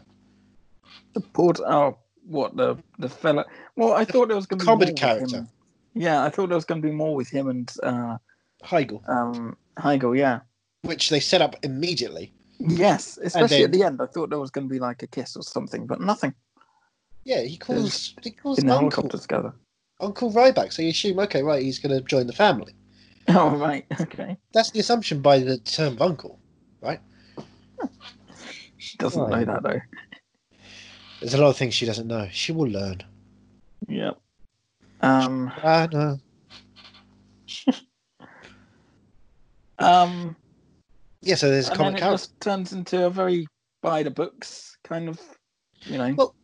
B: The port oh what the the fella Well, I thought there was gonna be
A: Comedy
B: more with him.
A: character.
B: Yeah, I thought there was gonna be more with him and uh
A: Heigl,
B: um Heigl, yeah.
A: which they set up immediately.
B: Yes, especially at
A: then-
B: the end. I thought there was gonna be like a kiss or something, but nothing.
A: Yeah, he calls he calls
B: In the
A: Uncle,
B: helicopters together.
A: Uncle Ryback, so you assume, okay, right, he's gonna join the family.
B: Oh right, okay.
A: That's the assumption by the term uncle, right?
B: She doesn't
A: Right.
B: know that though.
A: There's a lot of things she doesn't know. She will learn.
B: Yep. Um.
A: Ah, no.
B: Um.
A: Yeah, so there's a
B: and then
A: comic
B: it
A: character.
B: just turns into a very by the books kind of, you know.
A: Well,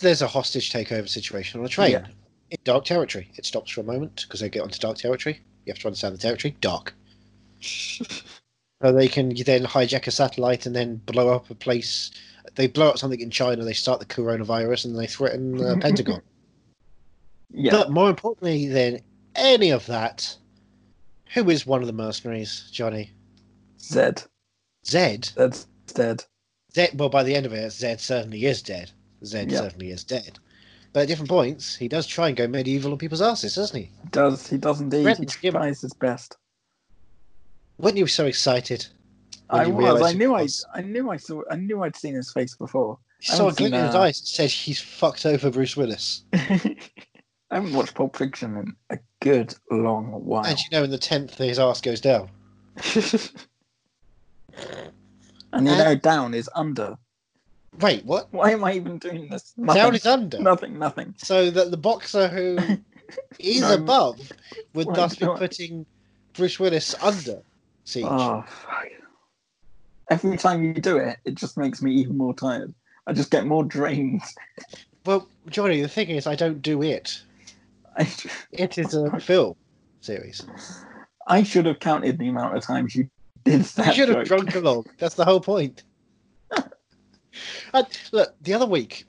A: There's a hostage takeover situation on a train
B: Yeah.
A: in dark territory. It stops for a moment because they get onto dark territory. You have to understand the territory. Dark. so they can then hijack a satellite and then blow up a place. They blow up something in China. They start the coronavirus and they threaten the Pentagon.
B: yeah.
A: But more importantly than any of that, who is one of the mercenaries, Johnny?
B: Zed.
A: Zed.
B: Zed's dead.
A: Zed. Well, by the end of it, Zed certainly is dead. Zed
B: Yeah.
A: certainly is dead. But at different points, he does try and go medieval on people's asses, doesn't he?
B: Does he does indeed.
A: Threatens
B: he
A: him.
B: tries his best.
A: Weren't you so excited? when
B: I
A: you
B: was.
A: realise
B: I
A: it
B: knew I.
A: was-
B: I knew I saw. I knew I'd seen his face before.
A: You saw a
B: wasn't,
A: glint in his
B: uh,
A: eyes that said he's fucked over Bruce Willis.
B: I haven't watched Pulp Fiction in a good long while.
A: And you know, in the tenth, his ass goes down.
B: and you
A: And-
B: know, down is under.
A: Wait, what?
B: Why am I even doing this? Nothing.
A: Down is under.
B: nothing. Nothing.
A: So that the boxer who is
B: No.
A: above would
B: Right,
A: thus be
B: no.
A: putting Bruce Willis under siege.
B: Oh, fuck. Every time you do it, it just makes me even more tired. I just get more drained.
A: Well, Johnny, the thing is, I don't do it.
B: I, sh-
A: It is a film series.
B: I should have counted the amount of times you did that.
A: You should have
B: joke.
A: drunk along. That's the whole point. And, look, the other week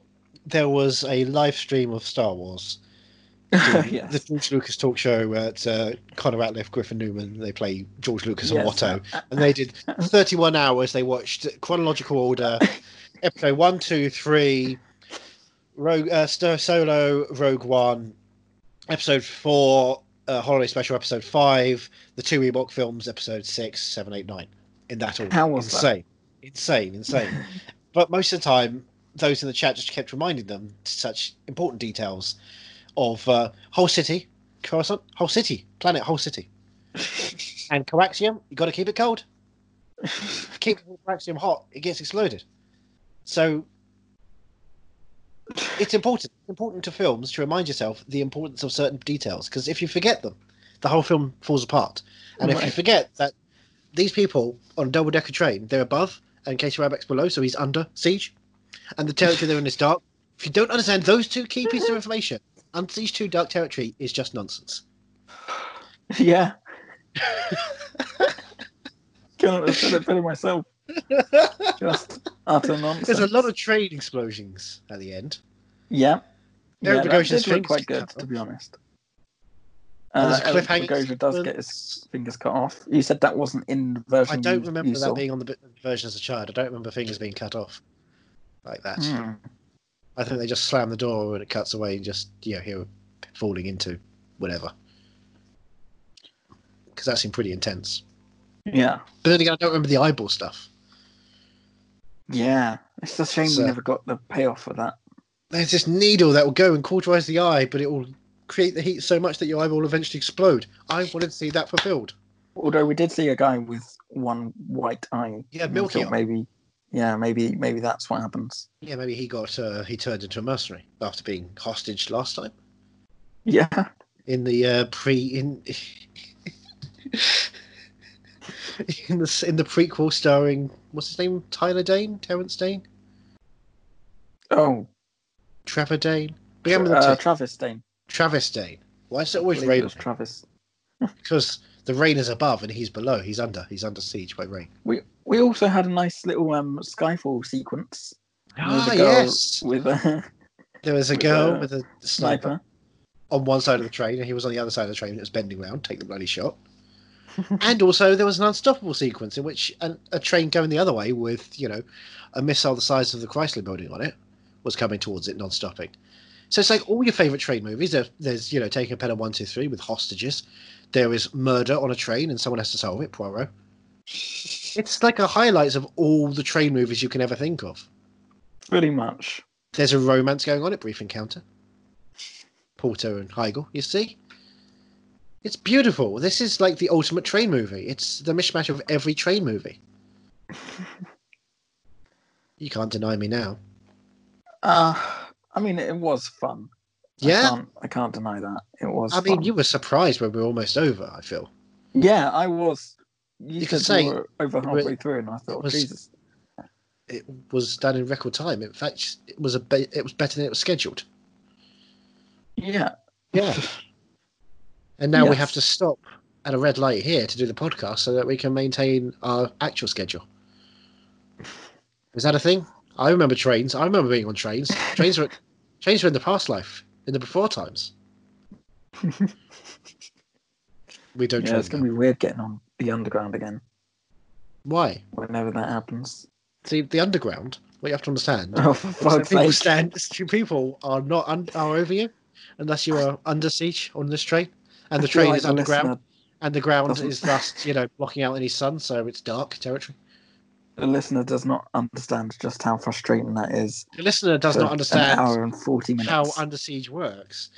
A: there was a live stream of Star Wars.
B: yes.
A: The George Lucas talk show at uh, Conor Ratliff, Griffin Newman. They play George Lucas and
B: Yes. Uh,
A: Watto, and they did 31 hours. They watched chronological order, episode one, two, three, Rogue uh, Sto- Solo, Rogue One, episode four, uh, Holiday Special, episode five, the two Ewok films, episode six, seven, eight, nine. In that order,
B: How was that?
A: insane, insane, insane. but most of the time, those in the chat just kept reminding them such important details of uh, whole city, Coruscant, whole city, planet, whole city, and coaxium. You got to keep it cold. keep coaxium hot, it gets exploded. So it's important important to films to remind yourself the importance of certain details because if you forget them, the whole film falls apart. And if you
B: Right.
A: forget that these people on a double decker train, they're above, and Casey Rabek's below, so he's under siege, and the territory they're in is dark. If you don't understand those two key pieces of information, under siege two dark territory is just nonsense.
B: Yeah. Can't have said it better myself. Just utter nonsense.
A: There's a lot of train explosions at the end.
B: Yeah.
A: Eric
B: yeah,
A: Bogosian's
B: that did look
A: fingers
B: quite
A: get
B: good,
A: cut
B: to be honest.
A: And
B: Uh,
A: there's a cliffhanger
B: Eric Bogosian does get his
A: sequence.
B: fingers cut off. You said that wasn't in the version.
A: I don't
B: you-
A: remember
B: you
A: that
B: saw.
A: being on the b- version as a child. I don't remember fingers being cut off like that.
B: Hmm.
A: I think they just slam the door and it cuts away and just you know hear falling into whatever. Because that seemed pretty intense.
B: Yeah.
A: But then again, I don't remember the eyeball stuff.
B: Yeah. It's a shame
A: So-
B: we never got the payoff for that.
A: There's this needle that will go and cauterize the eye, but it will create the heat so much that your eye will eventually explode. I wanted to see that fulfilled.
B: Although we did see a guy with one white eye.
A: Yeah,
B: and we
A: milky
B: thought
A: eye.
B: Maybe. Yeah, maybe maybe that's what happens.
A: Yeah, maybe he got uh, he turned into a mercenary after being hostage last time
B: Yeah.
A: in the uh, pre in in the s- in the prequel starring what's his name Tyler Dane Terrence Dane
B: Oh,
A: Trevor Dane. Begin with
B: uh,
A: the T.
B: Travis Dane.
A: Travis Dane. Why is it always
B: believe it
A: Rain?
B: was Travis.
A: Because the rain is above and he's below. He's under. He's under siege by rain.
B: We we also had a nice little um Skyfall sequence.
A: Ah,
B: with a girl
A: yes.
B: With a
A: There was a
B: With
A: girl
B: a
A: with a sniper
B: sniper.
A: on one side of the train, and he was on the other side of the train. And it was bending round, take the bloody shot. and also, there was an unstoppable sequence in which an, a train going the other way with you know a missile the size of the Chrysler Building on it was coming towards it, non-stopping. So it's like all your favorite train movies. There, there's you know taking a pen and one two three with hostages. There is murder on a train, and someone has to solve it. Poirot. It's like a highlights of all the train movies you can ever think of.
B: Pretty much.
A: There's a romance going on at Brief Encounter. Porter and Heigl, you see? It's beautiful. This is like the ultimate train movie. It's the mishmash of every train movie. You can't deny me now.
B: Uh, I mean, it was fun. I
A: Yeah.
B: can't, I can't deny that. It was
A: I mean,
B: fun.
A: you were surprised when we were almost over, I feel.
B: Yeah, I was. You,
A: You
B: said
A: could
B: you
A: say
B: were over
A: was-
B: halfway through, and I thought,
A: it was-
B: Jesus.
A: It was done in record time. In fact, it was a be- it was better than it was scheduled.
B: Yeah,
A: Yeah. And now we
B: Yes.
A: have to stop at a red light here to do the podcast so that we can maintain our actual schedule. Is that a thing? I remember trains. I remember being on trains. Trains were trains were in the past life, in the before times. we don't
B: yeah, it's
A: train
B: gonna
A: now.
B: be weird getting on the underground again
A: Why?
B: whenever that happens.
A: See, the underground. What you have to understand
B: Oh, for
A: So
B: fuck's
A: people
B: sake!
A: stand. Two people are not un- are over you, unless you are under siege on this train, and the
B: I feel
A: train
B: like
A: is
B: the
A: underground,
B: listener-
A: and the ground
B: doesn't-
A: is thus you know blocking out any sun, so it's dark territory.
B: The listener does not understand just how frustrating that is.
A: The listener does
B: for
A: not understand
B: an hour and forty minutes.
A: how under siege works.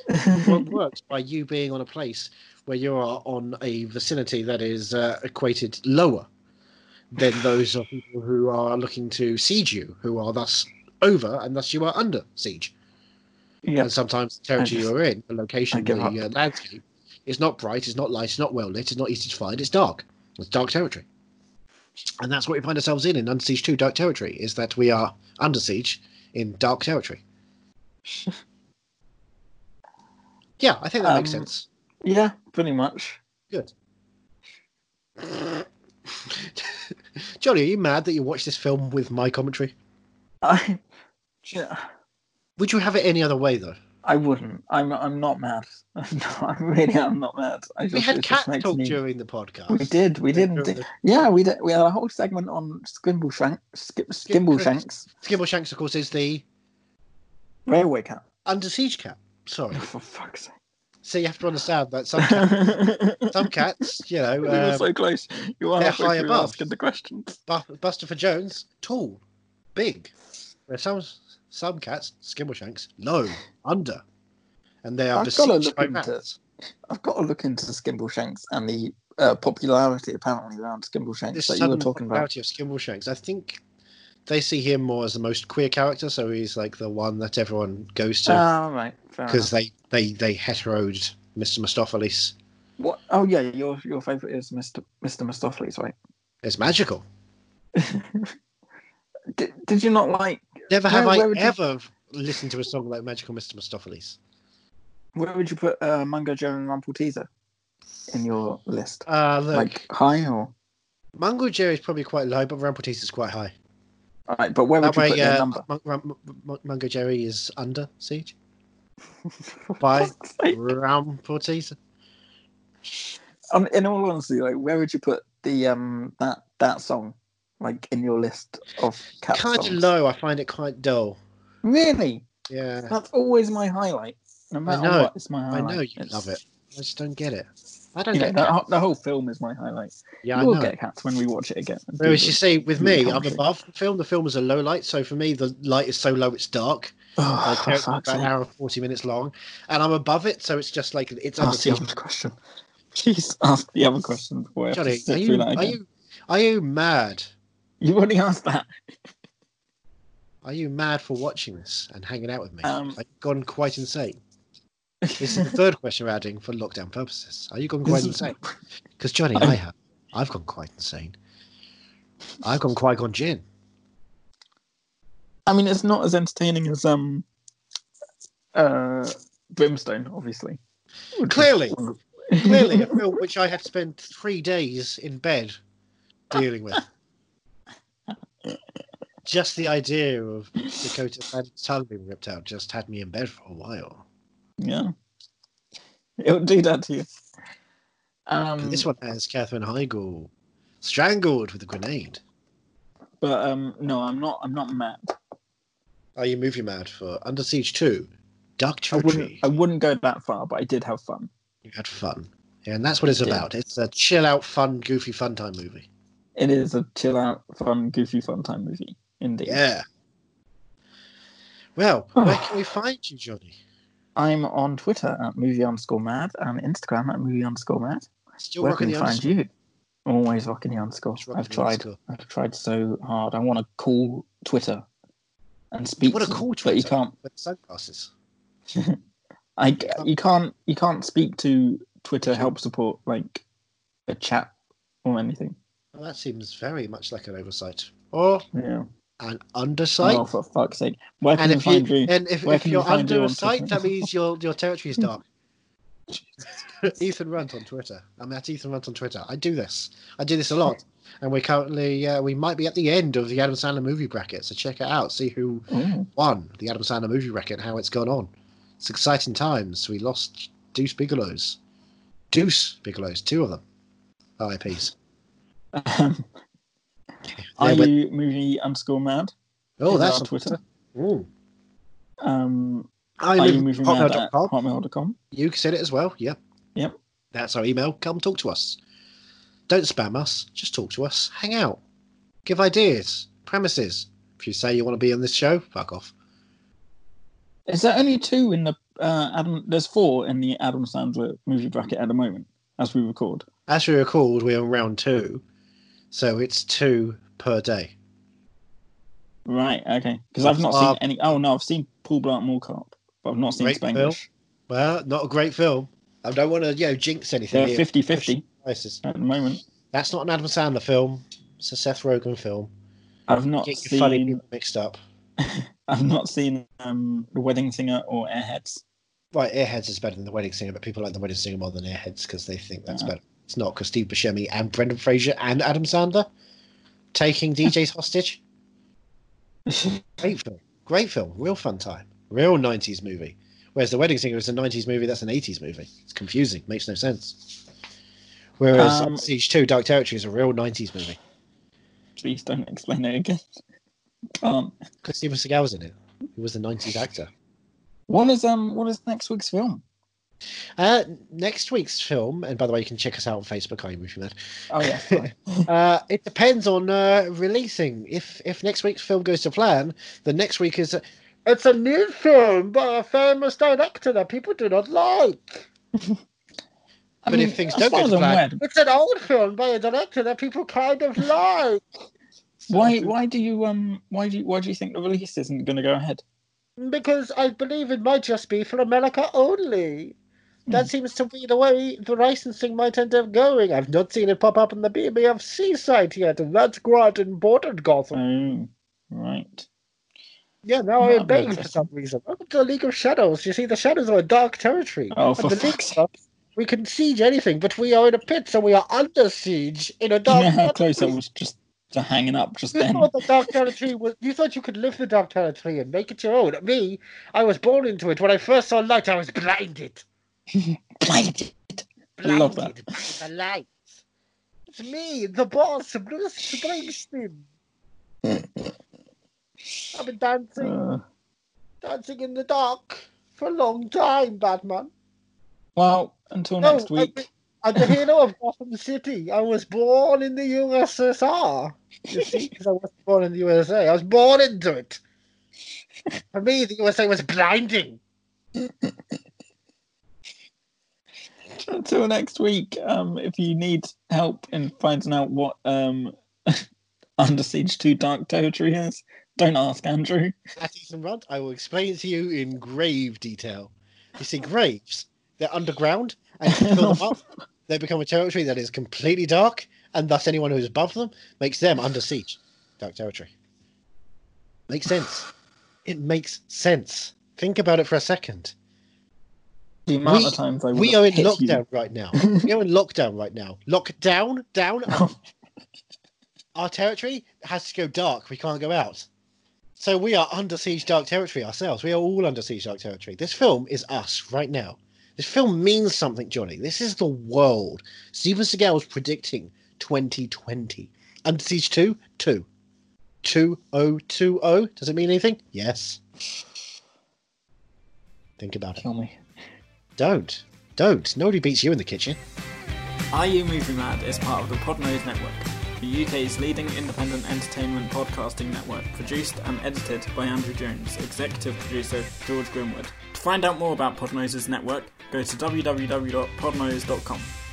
A: Well, it works by you being on a place where you are on a vicinity that is uh, equated lower than those of people who are looking to siege you, who are thus over, and thus you are under siege.
B: yeah,
A: and sometimes the territory
B: I just-
A: you're in, the location,
B: I
A: the
B: give up.
A: uh, landscape, it's not bright, it's not light, it's not well lit, it's not easy to find, it's dark. It's dark territory. And that's what we find ourselves in in Under Siege 2 Dark Territory, is that we are under siege in dark territory. yeah, I think that makes
B: Um,
A: sense.
B: yeah, pretty much.
A: Good. Johnny, are you mad that you watched this film with my commentary?
B: I, yeah,
A: Would you have it any other way, though?
B: I wouldn't. I'm, I'm not mad. no, I really am not mad. I just,
A: We
B: it
A: had
B: just
A: cat
B: makes
A: talk
B: me-
A: during the podcast.
B: We did. We didn't.
A: During
B: do-
A: the-
B: Yeah, we did. We had a whole segment on Skimble Shanks, Skip,
A: Skip-
B: Skimble Shanks
A: Skimbleshanks, of course, is the
B: railway cat.
A: under siege cat. Sorry.
B: Oh, for fuck's sake!
A: So you have to understand that some cats,
B: we
A: some cats you know,
B: were
A: uh,
B: so close. You are
A: they're
B: halfway
A: high
B: through
A: above.
B: asking the questions.
A: Bu- Buster for Jones, tall, big. Where some some cats, skimbleshanks, low, under, and they are
B: I've gotta
A: besieged
B: look
A: by
B: into
A: rats.
B: I've got to look into Skimble Shanks and the uh, popularity apparently around Skimble Shanks
A: This
B: that you were
A: sudden
B: talking about.
A: popularity of skimbleshanks, I think they see him more as the most queer character, so he's like the one that everyone goes to
B: Ah, right. Fair
A: because
B: enough.
A: they they they heteroed Mr. Mistopheles
B: What? Oh, yeah. Your your favorite is Mr. Mr. Mistopheles, right?
A: as magical.
B: Did, did you not like?
A: Never have
B: Where- where would
A: I
B: you-
A: ever listened to a song like Magical Mr. Mistopheles.
B: Where would you put uh, Mungo Joe and Rumpel Teaser in your list?
A: Uh, look,
B: Like high or?
A: Mungo Jerry is probably quite low, but Ramportis is quite high.
B: All right, but where would
A: That
B: you put
A: way,
B: their
A: uh,
B: number?
A: Mun- Ram- Mun- Mungo Jerry is under siege by
B: Fuck's sake.
A: Ramportis.
B: Um, in all honesty, like where would you put the um that that song, like in your list of cat
A: Kind of
B: songs?
A: low. I find it quite dull.
B: Really,
A: Yeah,
B: that's always my highlight. No matter
A: know.
B: what, it's my
A: I
B: highlight.
A: know you
B: It's-
A: love it. I just don't get it. I don't
B: You know,
A: get
B: the,
A: it.
B: whole- the whole film is my highlight.
A: Yeah, I
B: we'll
A: know.
B: get cats when we watch it again. and do
A: Whereas you
B: the-
A: see, with
B: do the
A: me, I'm
B: commentary.
A: above the film. The film is a low light, so for me, the light is so low it's dark.
B: Oh,
A: Like,
B: for
A: it's about
B: fuck's
A: an
B: sake!
A: hour and forty minutes long, and I'm above it, so it's just like it's under
B: Ask the
A: siege.
B: other question. Please ask the other question before I have
A: Johnny,
B: to
A: are
B: sit through
A: you
B: that
A: are
B: again.
A: you are you mad?
B: You already asked that.
A: Are you mad for watching this and hanging out with me?
B: Um,
A: Are you gone quite insane? This is the third question we're adding for lockdown purposes. Are you gone quite
B: This is-
A: insane? Because Johnny, I have. I've gone quite insane. I've gone quite gone gin.
B: I mean, it's not as entertaining as um, uh, Brimstone, obviously. Which is
A: Clearly.
B: one of-
A: Clearly, a film which I had spent three days in bed dealing with. Just the idea of Dakota Fanning's tongue being ripped out just had me in bed for a while.
B: yeah, it'll do that to you. Um,
A: And
B: Mm.
A: this one has Catherine Heigl strangled with a grenade.
B: but um, no, I'm not. I'm not mad.
A: Are you movie mad for Under Siege 2? Duck
B: I wouldn't.
A: Territory.
B: I wouldn't go that far, but I did have fun.
A: You had fun. And that's what it's
B: Yeah.
A: about. It's a chill out, fun, goofy, fun time movie.
B: It is a chill out, fun, goofy, fun time movie. Indeed.
A: Yeah. Well, where can we find you, Johnny?
B: I'm on Twitter at movie underscore mad and Instagram at movie underscore mad.
A: Still
B: Where
A: rocking
B: can we
A: the
B: find
A: unders-
B: you? Always rocking the underscore.
A: It's rocking
B: I've
A: the
B: tried.
A: underscore.
B: I've tried so hard. I want to call Twitter and speak.
A: wanna
B: to them,
A: call
B: But you
A: Twitter?
B: can't.
A: with sunglasses.
B: I you can't you can't speak to Twitter help support like a chat or anything.
A: Well, that seems very much like an oversight or
B: Yeah.
A: an undersight.
B: Oh, for fuck's sake! Where can
A: and
B: you
A: if you
B: find you?
A: and if,
B: where
A: if
B: can you
A: you're
B: find you
A: under
B: on
A: a site,
B: Twitter?
A: that means your your territory is dark. Ethan Runt on Twitter. I'm at Ethan Runt on Twitter. I do this. I do this a lot, and we're currently uh, we might be at the end of the Adam Sandler movie bracket. So check it out. See who
B: Oh,
A: won the Adam Sandler movie bracket. and How it's gone on. It's exciting times. We lost Deuce Bigelow's, Deuce Bigelow's, two of them. R.I.P.s.
B: um,
A: They
B: are
A: went-
B: you movie underscore mad?
A: oh,
B: Is
A: that's
B: our
A: on
B: Twitter.
A: Ooh.
B: Um,
A: I'm
B: are you
A: in
B: moving mad at
A: hotmail.com.
B: hotmail.com?
A: You said it as well. Yep.
B: Yep.
A: That's our email. Come talk to us. Don't spam us. Just talk to us. Hang out. Give ideas, premises. If you say you want to be on this show, fuck off.
B: Is there only two in the uh, Adam? There's four in the Adam Sandler movie bracket at the moment as we record.
A: As we record, we're on round two, so it's two per day.
B: Right. Okay. Because I've not seen
A: Uh,
B: any. Oh no, I've seen Paul Blart Mall Cop, but I've not seen
A: Great
B: Spanglish.
A: Well, not a great film. I don't want to, you know, jinx anything.
B: They're
A: here.
B: 50-50
A: Crisis.
B: at the moment.
A: That's not an Adam Sandler film. It's a Seth Rogen film.
B: I've not
A: Get your
B: seen.
A: funny people mixed up.
B: I've not seen um, The Wedding Singer or Airheads.
A: Right, Airheads is better than The Wedding Singer, but people like The Wedding Singer more than Airheads because they think that's
B: Yeah.
A: better. It's not because Steve Buscemi and Brendan Fraser and Adam Sandler taking DJs hostage. Great film. Great film. Real fun time. Real 90s movie. Whereas The Wedding Singer is a 90s movie, that's an 80s movie. It's confusing. Makes no sense. Whereas
B: Um,
A: Siege 2, Dark Territory is a real 90s movie
B: Please don't explain it again. Um,
A: because Steven Seagal was in it. He was the 90s actor.
B: what is um what is next week's film?
A: Uh, next week's film, and by the way, you can check us out on Facebook, Are You Movie Mad?
B: Oh yeah, sorry.
A: Uh, it depends on uh, releasing. If if next week's film goes to plan, the next week is. A, it's a new film by a famous director that people do not like.
B: I
A: but
B: mean,
A: if things
B: as
A: don't
B: far
A: go
B: as
A: to
B: I'm
A: plan,
B: aware,
A: it's an old film by a director that people kind of like.
B: why why do you um why do you, why do you think the release isn't going to go ahead?
A: Because I believe it might just be for America only. That seems to be the way the licensing might end up going. I've not seen it pop up on the BBFC site yet, and that's quite important, Gotham.
B: Oh, right.
A: Yeah, now I
B: Not
A: obey for
B: interesting.
A: some reason. Welcome to the League of Shadows. You see, the shadows are a dark territory.
B: Oh, for
A: the
B: fuck's
A: League of- we can siege anything, but we are in a pit, so we are under siege in a dark
B: you know how close I
A: territory.
B: was just to hanging up just
A: You
B: then.
A: thought the dark territory was. You thought you could live the dark territory and make it your own. Me, I was born into it. When I first saw light, I was blinded.
B: Blinded. I
A: Blinded
B: love
A: by the light. It's me, the boss, Bruce Springsteen. I've been dancing,
B: Uh,
A: dancing in the dark for a long time, Batman.
B: well, until
A: No,
B: next
A: I
B: week.
A: think- I'm the hero of Gotham City. I was born in the USSR. You see, because I wasn't born in the USA. I was born into it. For me, the USA was blinding.
B: Until next week, um, if you need help in finding out what um, Under Siege 2 Dark Territory is, don't ask Andrew.
A: At Ethan Runt, I will explain to you in grave detail. You see, graves, they're underground, and if you fill them up, they become a territory that is completely dark, and thus anyone who is above them makes them under siege. Dark territory. Makes sense. It makes sense. Think about it for a second.
B: The amount of times I
A: We
B: would've
A: are in
B: hit you.
A: lockdown right now. We are in lockdown right now. Lockdown, down. up. Our territory has to go dark. We can't go out. So we are under siege dark territory ourselves. We are all under siege dark territory. This film is us right now. This film means something, Johnny. This is the world. Steven Seagal was predicting 2020. Under Siege 2, 2. 2020. Does it mean anything? Yes. Think about it.
B: Kill me.
A: Don't. Don't. Nobody beats you in the kitchen.
B: Are You Movie Mad is part of the Podnose Network, the UK's leading independent entertainment podcasting network, produced and edited by Andrew Jones, executive producer George Grimwood. To find out more about Podnose's network, go to www.podnose.com.